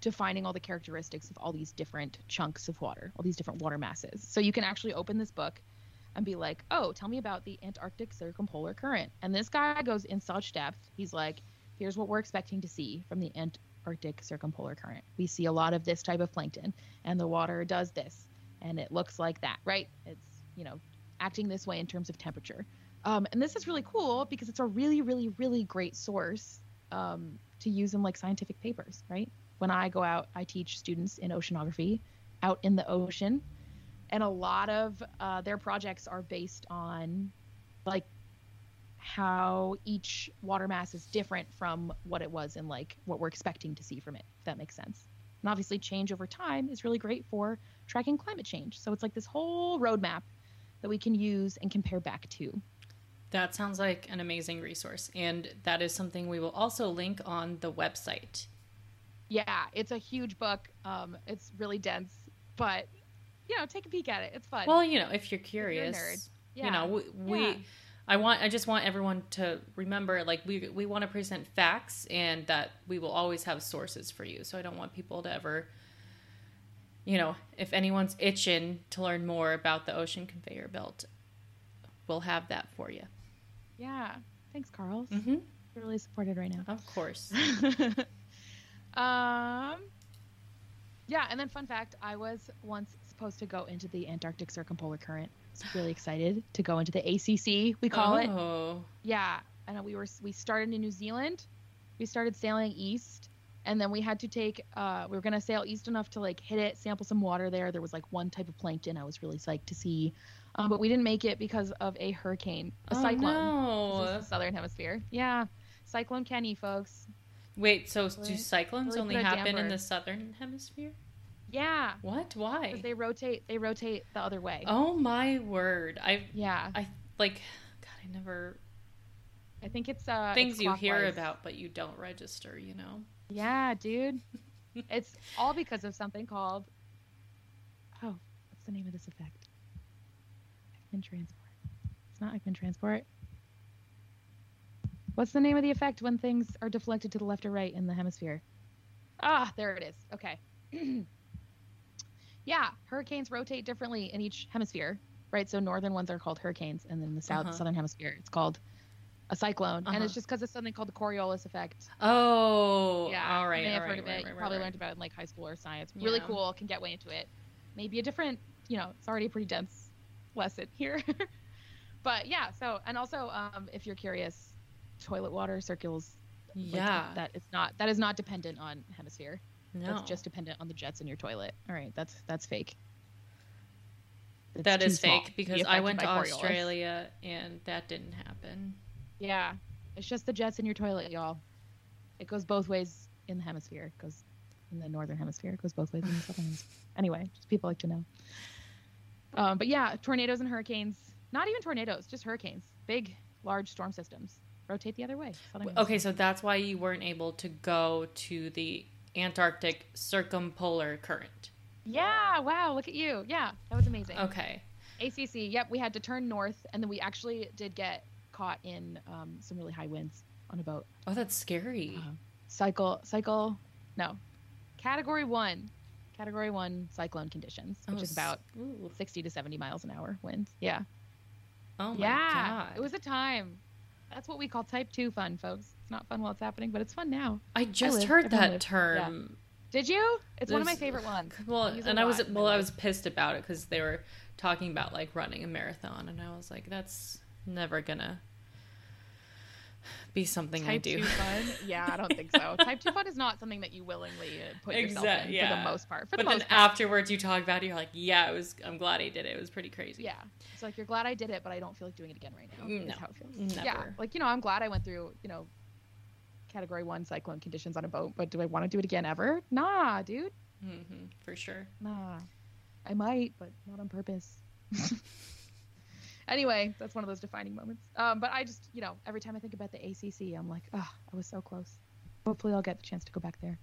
defining all the characteristics of all these different chunks of water, all these different water masses. So you can actually open this book and be like, oh, tell me about the Antarctic Circumpolar Current. And this guy goes in such depth. He's like, here's what we're expecting to see from the Antarctic Circumpolar Current. We see a lot of this type of plankton, and the water does this, and it looks like that, right? It's, you know, acting this way in terms of temperature. Um, and this is really cool because it's a really, really, really great source um, to use in like scientific papers, right? When I go out, I teach students in oceanography out in the ocean and a lot of uh, their projects are based on like how each water mass is different from what it was and like what we're expecting to see from it if that makes sense and obviously change over time is really great for tracking climate change so it's like this whole roadmap that we can use and compare back to
That sounds like an amazing resource. And that is something we will also link on the website.
yeah it's a huge book um, it's really dense but you know take a peek at it it's fun
Well, you know, if you're
If you're a
curious,
nerd. yeah
you know, we, we
Yeah.
I want I just want everyone to remember like we we want to present facts and that we will always have sources for you. So I don't want people to ever you know, if anyone's itching to learn more about the ocean conveyor belt, we'll have that for you.
Yeah. Thanks, Carl.
Mm-hmm.
You're really supported right now.
Of course.
um, yeah, and then fun fact: I was once supposed to go into the Antarctic Circumpolar Current. So
(gasps)
really excited to go into the ACC. We (laughs) call it.
Oh.
Yeah, and we were we started in New Zealand. We started sailing east, and then we had to take. Uh, we were gonna sail east enough to like hit it, sample some water there. There was like one type of plankton I was really psyched to see, um, but we didn't make it because of a hurricane, a
oh,
cyclone. This
No.
is the southern hemisphere. Yeah, Cyclone Kenny, folks.
Wait, so do
Really?
cyclones
Really
only
put a
happen in
damper.
the southern hemisphere?
Yeah,
What?
'cause
Why?
they rotate. They rotate the other way.
Oh my word. I
Yeah,
I like God, I never
I think it's uh it's
things you hear
clockwise.
about but you don't register, you know.
Yeah, dude, it's all because of something called. Oh, what's the name of this effect? Ekman transport. It's not Ekman transport. What's the name of the effect when things are deflected to the left or right in the hemisphere? Ah, there it is. Okay. (clears throat) yeah, hurricanes rotate differently in each hemisphere, right? So northern ones are called hurricanes, and then the south
Uh-huh.
southern hemisphere it's called a cyclone, and
Uh-huh.
it's just because of something called the Coriolis effect.
Oh.
yeah,
All right.
you may
all
have
right,
heard of it.
right,
you
right, right,
probably
right.
learned about it in like high school or science. Really
Yeah.
cool. Can get way into it. Maybe a different, you know, it's already a pretty dense lesson here. (laughs) but yeah. So and also, um, if you're curious, toilet water circles. like,
Yeah.
that is not that is not dependent on hemisphere.
no.
That's just dependent on the jets in your toilet. All right. That's that's fake. It's
That
too
is
small
fake
be
because I
affected
went
by
to
Coriolis.
Australia and that didn't happen.
Yeah. It's just the jets in your toilet, y'all. It goes both ways in the hemisphere. It goes in the northern hemisphere. It goes both ways in the southern hemisphere. Anyway, just people like to know. Um, but yeah, tornadoes and hurricanes. Not even tornadoes, just hurricanes. Big, large storm systems. Rotate the other way. Southern
Okay, so that's why you weren't able to go to the Antarctic circumpolar current.
hemisphere. Yeah, wow, look at you. Yeah, that was amazing.
Okay.
ACC, yep, we had to turn north, and then we actually did get caught in um, some really high winds on a boat.
Oh, that's scary.
Uh, cycle cycle no category one category one cyclone conditions which
Oh,
is about
s- ooh.
60 to 70 miles an hour winds yeah
Oh my
yeah
god.
it was a time that's what we call type two fun folks it's not fun while it's happening but it's fun now
I just
live,
heard
everyone
that
lives, yeah.
term.
did you it's one of my
There's-
favorite ones
(laughs) Well,
use it
and
a
I was
lot in my
well, I
life.
was pissed about it because they were talking about like running a marathon, and I was like, that's never gonna be something
(laughs)
I
type
do.
two fun yeah i don't think
(laughs)
so type two fun is not something that you willingly uh, put yourself
Exact-
in for
yeah.
the most part for
but
the
then
most part
afterwards, you talk about it. You're like, yeah, it was. I'm glad I did it. It was pretty crazy.
yeah it's like you're glad i did it but i don't feel like doing it again right now is
No,
how it feels Yeah,
never.
like you know, I'm glad I went through you know category one cyclone conditions on a boat, but do I want to do it again ever? Nah, dude,
hmm for sure.
nah. I might, but not on purpose. (laughs) anyway, that's one of those defining moments. Um, but I just you know, every time I think about the ACC, I'm like, ah, I was so close. Hopefully, I'll get the chance to go back there.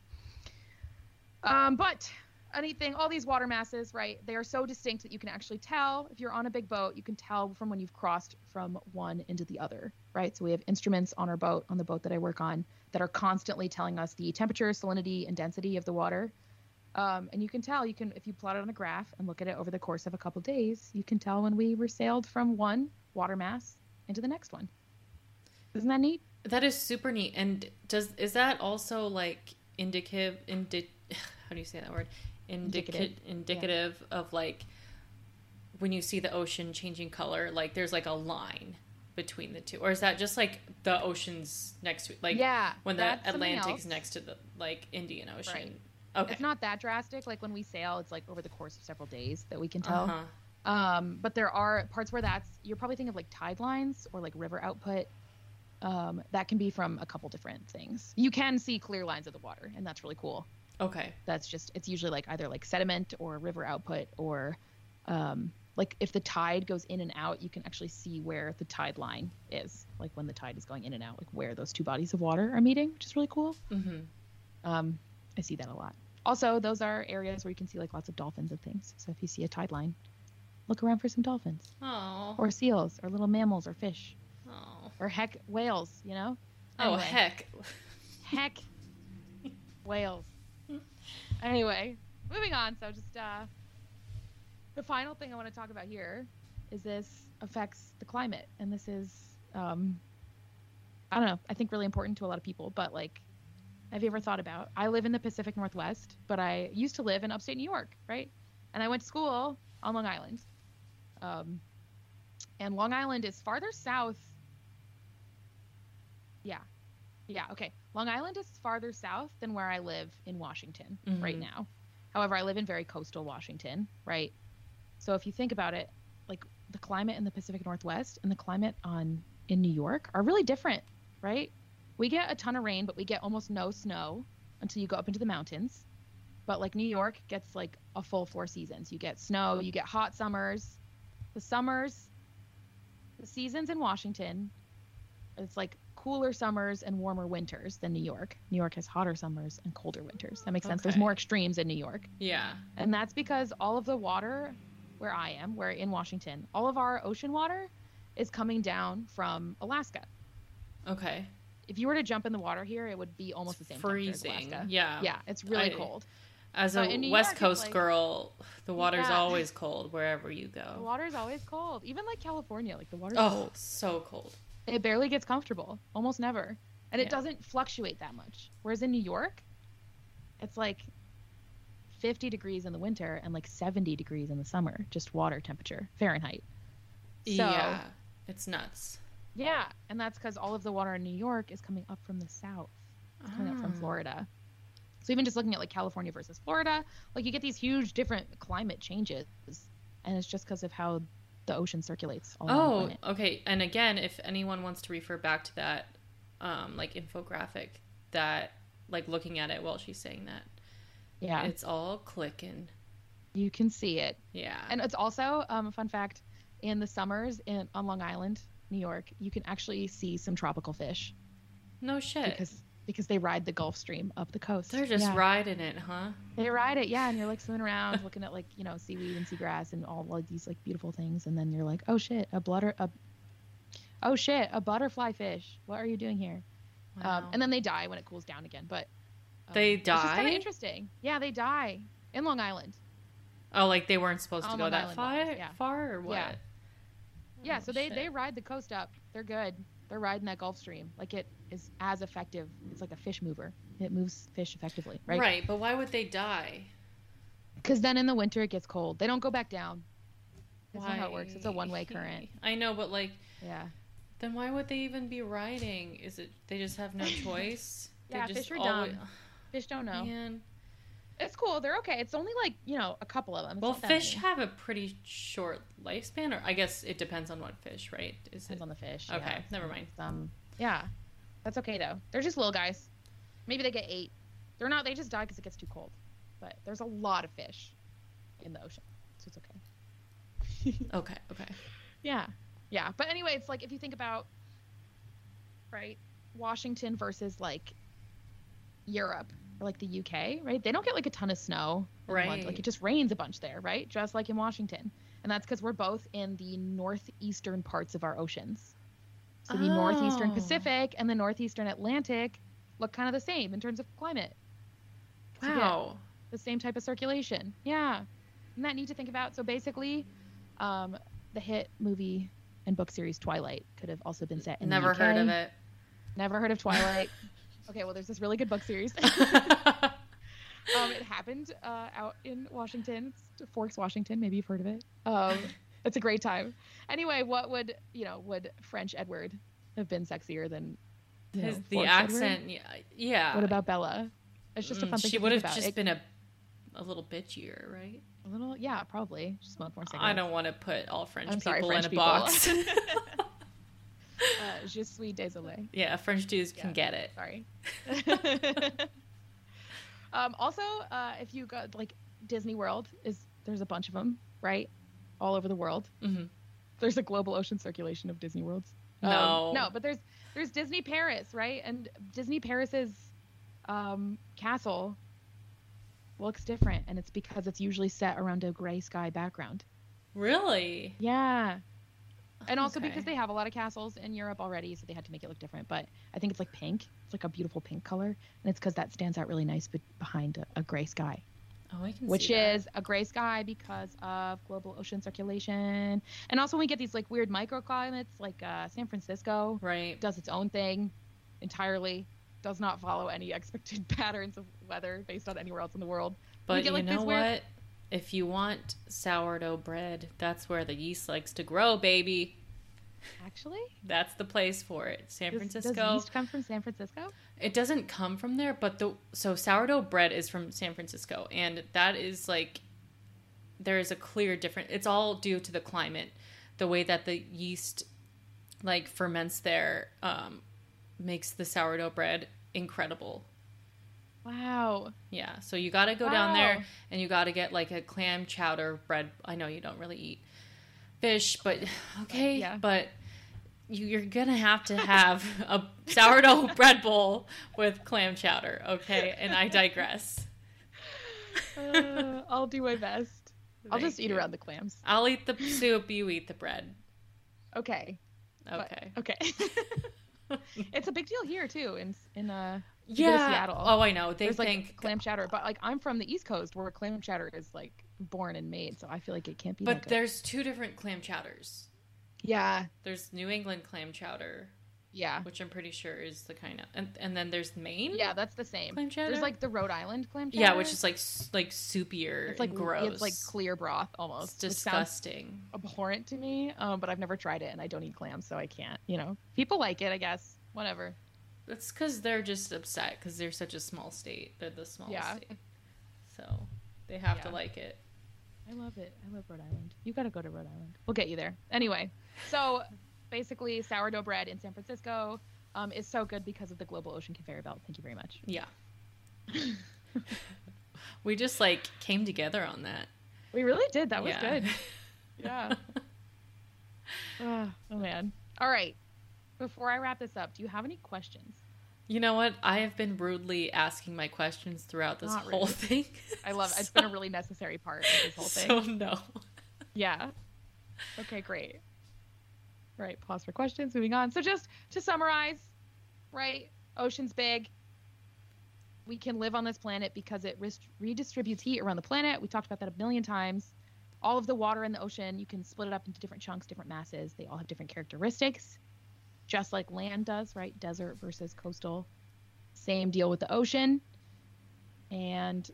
Um, but anything, all these water masses, right? They are so distinct that you can actually tell if you're on a big boat. You can tell from when you've crossed from one into the other, right? So we have instruments on our boat, on the boat that I work on, that are constantly telling us the temperature, salinity, and density of the water. Um, and you can tell, you can if you plot it on a graph and look at it over the course of a couple days, you can tell when we were sailed from one water mass into the next one. Isn't that neat?
That is super neat. And does is that also like indicative? Indi- (laughs) how do you say that word? Indicative.
Indicative.
Indicative of like when you see the ocean changing color, like there's like a line between the two, or is that just like the oceans next to like
yeah.
when the
that's something else.
Atlantic's next to the like Indian Ocean?
Right.
Okay.
It's not that drastic. Like when we sail, it's like over the course of several days that we can tell.
Uh-huh.
Um, but there are parts where that's you're probably thinking of like tide lines or like river output. Um, that can be from a couple different things. You can see clear lines of the water, and that's really cool.
Okay.
That's just it's usually like either like sediment or river output or um, like if the tide goes in and out, you can actually see where the tide line is, like when the tide is going in and out, like where those two bodies of water are meeting, which is really cool.
Mm-hmm.
Um, I see that a lot. Also, those are areas where you can see like lots of dolphins and things. So if you see a tide line, look around for some dolphins
Oh.
or seals or little mammals or fish. or heck whales, you know?
Oh,
Anyway.
heck. (laughs)
Heck whales. Anyway, moving on. So just uh, the final thing I want to talk about here is this affects the climate, and this is um, I don't know. I think really important to a lot of people, but like. Have you ever thought about? I live in the Pacific Northwest, but I used to live in upstate New York, right? And I went to school on Long Island. Um, and Long Island is farther south. Yeah. Yeah, okay. Long Island is farther south than where I live in Washington right
Mhm.
now. However, I live in very coastal Washington, right? So if you think about it, like the climate in the Pacific Northwest and the climate on in New York are really different, right? We get a ton of rain, but we get almost no snow until you go up into the mountains. But like New York gets like a full four seasons. You get snow, you get hot summers, the summers, the seasons in Washington, it's like cooler summers and warmer winters than New York. New York has hotter summers and colder winters. That makes sense. There's
Okay.
more extremes in New York.
Yeah.
And that's because all of the water where I am, where in Washington, all of our ocean water is coming down from Alaska.
Okay.
If you were to jump in the water here, it would be almost the same temperature as
Freezing.
Alaska.
Yeah.
Yeah, it's really
I-
cold.
As
But in
a
New
West
York, it's
Coast
like-
girl, the water's
Yeah.
always cold wherever you
The
go.
water is always cold. Even like California, like the water's
Oh,
cold.
so cold.
It barely gets comfortable, almost never. And it
Yeah.
doesn't fluctuate that much. Whereas in New York, it's like 50 degrees in the winter and like 70 degrees in the summer, just water temperature, Fahrenheit. So,
yeah. It's nuts.
Yeah, and that's because all of the water in New York is coming up from the south, it's coming up from
Ah.
Florida. So even just looking at like California versus Florida, like you get these huge different climate changes, and it's just because of how the ocean circulates all around the
Oh,
planet.
okay. And again, if anyone wants to refer back to that, um, like infographic, that like looking at it while she's saying that,
Yeah,
it's all clicking.
you can see it,
Yeah.
and it's also um, a fun fact: in the summers in on Long Island, New York, you can actually see some tropical fish
no shit.
because because they ride the Gulf Stream up the coast.
They're just
Yeah.
riding it, huh?
They ride it, yeah, and you're like swimming around, looking at like you know seaweed and seagrass and all like these like beautiful things, and then you're like, oh shit, a butter, a oh shit, a butterfly fish. What are you doing here? Um,
Wow.
and then they die when it cools down again. But um,
They
it's just kinda
die?
interesting. Yeah, they die in Long Island.
oh, like they weren't supposed to
on
go
Long
that
Island
far,
waters, yeah.
far or what?
Yeah. Yeah,
Oh,
so they
shit.
they ride the coast up. They're good. They're riding that Gulf Stream. Like it is as effective. It's like a fish mover. It moves fish effectively,
right.
right?
But why would they die?
Because then in the winter it gets cold. They don't go back down. That's not how it works. It's a
Why?
one way current.
I know, but like,
Yeah.
then why would they even be riding? Is it they just have
(laughs)
no choice? They
Yeah,
just
fish are
alwa-
dumb. Fish don't know.
Man.
It's cool. They're okay. It's only like you know a couple of them. It's
Well,
not that
fish
many.
have a pretty short lifespan, or I guess it depends on what fish, right? Is it?
depends on the fish.
Okay,
yeah.
never mind.
Um, yeah, that's okay though. They're just little guys. Maybe they get eight. They're not. They just die because it gets too cold. But there's a lot of fish in the ocean, so it's okay.
Okay, okay.
Yeah. Yeah. But anyway, it's like if you think about right, Washington versus like Europe or like the UK, right? They don't get like a ton of snow. in London.
Right.
Like it just rains a bunch there, right? Just like in Washington. And that's because we're both in the northeastern parts of our oceans. So the northeastern
Oh.
Pacific and the northeastern Atlantic look kind of the same in terms of climate. So yeah,
Wow.
the same type of circulation. Yeah. Isn't that neat to think about? So basically, um, the hit movie and book series Twilight could have also been set in the
Never heard
UK.
of it. (laughs)
Never heard of Twilight. okay, well, there's this really good book
(laughs)
series. um, it happened uh, out in Washington, It's Forks, Washington. Maybe you've heard of it. Um, it's a great time. Anyway, what would you know? Would French Edward have been sexier than you know,
His, the
Forks
accent, yeah, yeah.
Edward? What about Bella? It's just a
Mm,
fun thing.
She
to
would
think
have
about.
just
It-
been a a little bitchier, right?
a little, yeah, probably. She smoked more cigarettes.
I don't want to put all French
I'm
people
sorry,
in a
French
box. (laughs)
uh, je suis désolée.
yeah, French dudes can
Yeah.
get it.
Sorry. (laughs) um, also, uh, if you go like Disney World is there's a bunch of them, right? All over the world.
hmm
There's a global ocean circulation of Disney Worlds. Um,
No.
no, but there's there's Disney Paris, right? And Disney Paris's um, castle looks different, and it's because it's usually set around a gray sky background.
Really?
Yeah. and also
Okay.
because they have a lot of castles in Europe already, so they had to make it look different. But I think it's like pink. It's like a beautiful pink color, and it's because that stands out really nice be- behind a, a gray sky,
Oh, I can
which
see that.
is a gray sky because of global ocean circulation. And also, when we get these like weird microclimates, like uh, San Francisco
right.
does its own thing entirely, does not follow any expected (laughs) patterns of weather based on anywhere else in the world.
But
get,
you
like,
know
this weird-
what? If you want sourdough bread, that's where the yeast likes to grow, baby.
Actually,
That's the place for it. San
does,
Francisco.
does yeast come from San Francisco?
It doesn't come from there, but the so sourdough bread is from San Francisco, and that is like there is a clear difference. It's all due to the climate, the way that the yeast like ferments there um, makes the sourdough bread incredible.
Wow.
Yeah, so you got to go down there
Wow.
and you got to get like a clam chowder bread. I know you don't really eat fish, but (sighs) okay,
Yeah.
but you, you're gonna have to have a sourdough (laughs) bread bowl with clam chowder. Okay, and I digress.
Uh, (laughs) I'll do my best. (laughs) I'll
Thank
just eat
you.
around the clams.
I'll eat the soup. You eat the bread.
Okay. but- (laughs)
Okay. (laughs)
okay. it's a big deal here too in in uh you go to
yeah.
Seattle,
Oh, I know. They
there's like
think
clam chowder, but like I'm from the East Coast where clam chowder is like born and made, so I feel like it can't be.
but
that good.
there's two different clam chowders.
yeah,
There's New England clam chowder,
yeah,
which I'm pretty sure is the kind of, and, and then there's Maine.
yeah. That's the same.
Clam chowder?
There's like the Rhode Island clam chowder.
Yeah, which is like s- like soupier.
it's like
and gross.
It's like clear broth
It's
almost. which sounds
disgusting.
abhorrent to me, um, but I've never tried it, and I don't eat clams, so I can't. You know, people like it, I guess. Whatever.
That's because they're just upset because they're such a small state. They're the smallest
Yeah.
state, so they have to
Yeah.
like it.
I love it. I love Rhode Island. You got to go to Rhode Island. We'll get you there. Anyway, so basically, sourdough bread in San Francisco um, is so good because of the global ocean conveyor belt. Thank you very much. (laughs)
Yeah. we just like came together on that.
We really did. That was
Yeah.
good.
(laughs)
Yeah. Ah, (laughs) oh, man. All right. Before I wrap this up, do you have any questions?
You know what? I have been rudely asking my questions throughout this
Not
whole
rude.
thing.
I love
(laughs)
It's been a really necessary part of this whole thing.
So no.
Yeah. Okay, great. Right, pause for questions. Moving on. So just to summarize, right? Ocean's big. We can live on this planet because it res- redistributes heat around the planet. We talked about that a million times. All of the water in the ocean, you can split it up into different chunks, different masses. They all have different characteristics, just like land does, right? Desert versus coastal. Same deal with the ocean. And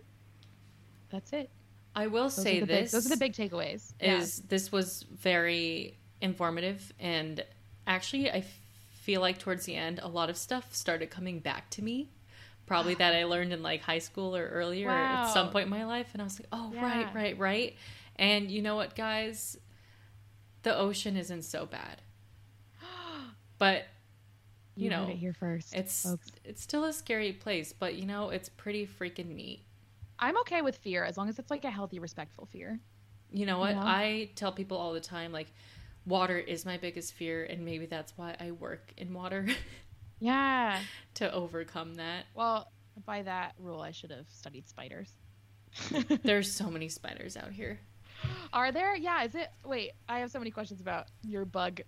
that's it.
I will
Those,
say
are, the Big,
this.
those are the big takeaways. Yeah.
is this was very informative and actually i feel like towards the end a lot of stuff started coming back to me probably that i learned in like high school or earlier at some
Wow.
point in my life and i was like oh right
Yeah.
right right and you know what guys the ocean isn't
(gasps)
so bad but you,
You,
know
heard it here first.
it's
folks.
it's still a scary place but you know it's pretty freaking neat
I'm okay with fear as long as it's like a healthy, respectful fear.
You know what?
know?
I tell people all the time, like, water is my biggest fear, and maybe that's why I work in water (laughs)
Yeah.
to overcome
(laughs)
that.
Well, by that rule, I should have studied spiders. (gasps)
There's so many spiders out here.
Are there? Yeah. Is it? Wait, I have so many questions about your bug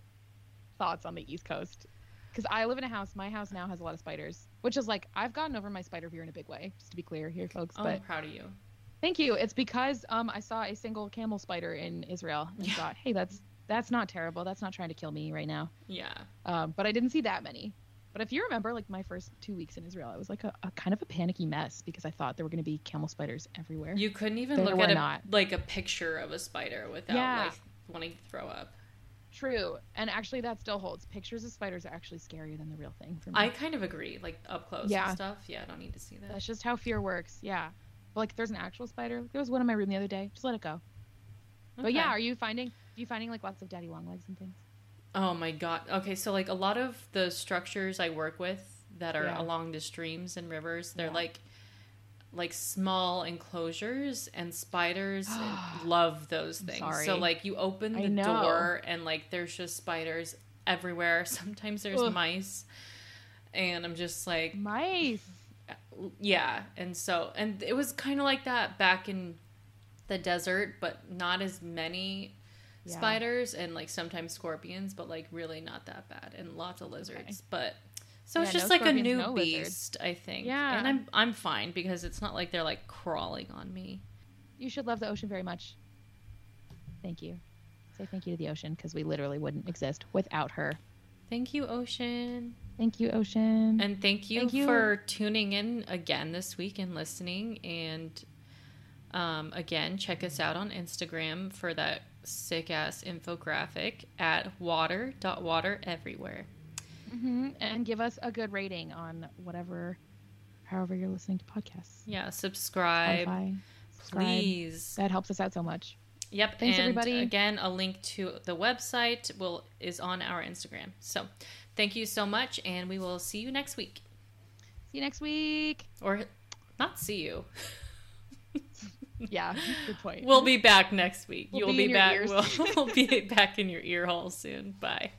thoughts on the East Coast. Because I live in a house. My house now has a lot of spiders, which is like I've gotten over my spider fear in a big way. Just to be clear here, folks.
Oh,
But
I'm proud of you.
thank you. It's because um I saw a single camel spider in Israel and
Yeah.
thought, hey, that's that's not terrible. That's not trying to kill me right now.
Yeah.
um, but I didn't see that many. But if you remember, like my first two weeks in Israel, I was like a, a kind of a panicky mess because I thought there were going to be camel spiders everywhere.
You couldn't even
There
look
were
at a,
not.
like a picture of a spider without
Yeah.
like wanting to throw up.
True, and actually that still holds. Pictures of spiders are actually scarier than the real thing for me.
I kind of agree, like up close
Yeah.
and stuff. Yeah, I don't need to see that.
That's just how fear works. Yeah, but like if there's an actual spider. There was one in my room the other day. Just let it go. But yeah,
Okay.
are you finding? Are you finding like lots of daddy long legs and things?
Oh my god. Okay, so like a lot of the structures I work with that are
Yeah.
along the streams and rivers, they're
Yeah.
like like small enclosures
(gasps)
and spiders and love those
I'm
things. So
sorry.
like you open
I
the
know.
door and like there's just spiders everywhere. (laughs) Sometimes there's
Ugh.
mice. And I'm just like
Mice.
yeah, and so and it was kind of like that back in the desert, but not as many
Yeah.
spiders and like sometimes scorpions, but like really not that bad, and lots of lizards.
Okay.
But so it's
Yeah, no
just like a
scorpions,
new
no lizards.
beast, I think.
Yeah.
and I'm I'm fine because it's not like they're like crawling on me.
You should love the ocean very much. Thank you. Say thank you to the ocean because we literally wouldn't exist without her.
Thank you, Ocean,
Thank you, ocean.
and thank you,
Thank you.
for tuning in again this week and listening. And um, again, check us out on Instagram for that sick ass infographic at water dot water everywhere.
Mhm. And give us a good rating on whatever, however you're listening to podcasts.
Yeah, subscribe.
Spotify, subscribe.
Please.
That helps us out so much.
Yep.
Thanks,
and
everybody.
Again, a link to the website will is on our Instagram. So, thank you so much, and we will see you next week,
See you next
(laughs)
week.
or not see you.
Yeah, (laughs) good point.
We'll be back next week.
We'll be
You'll be, (laughs)
in your
back.
ears.
We'll, we'll be back in your ear hole soon. Bye.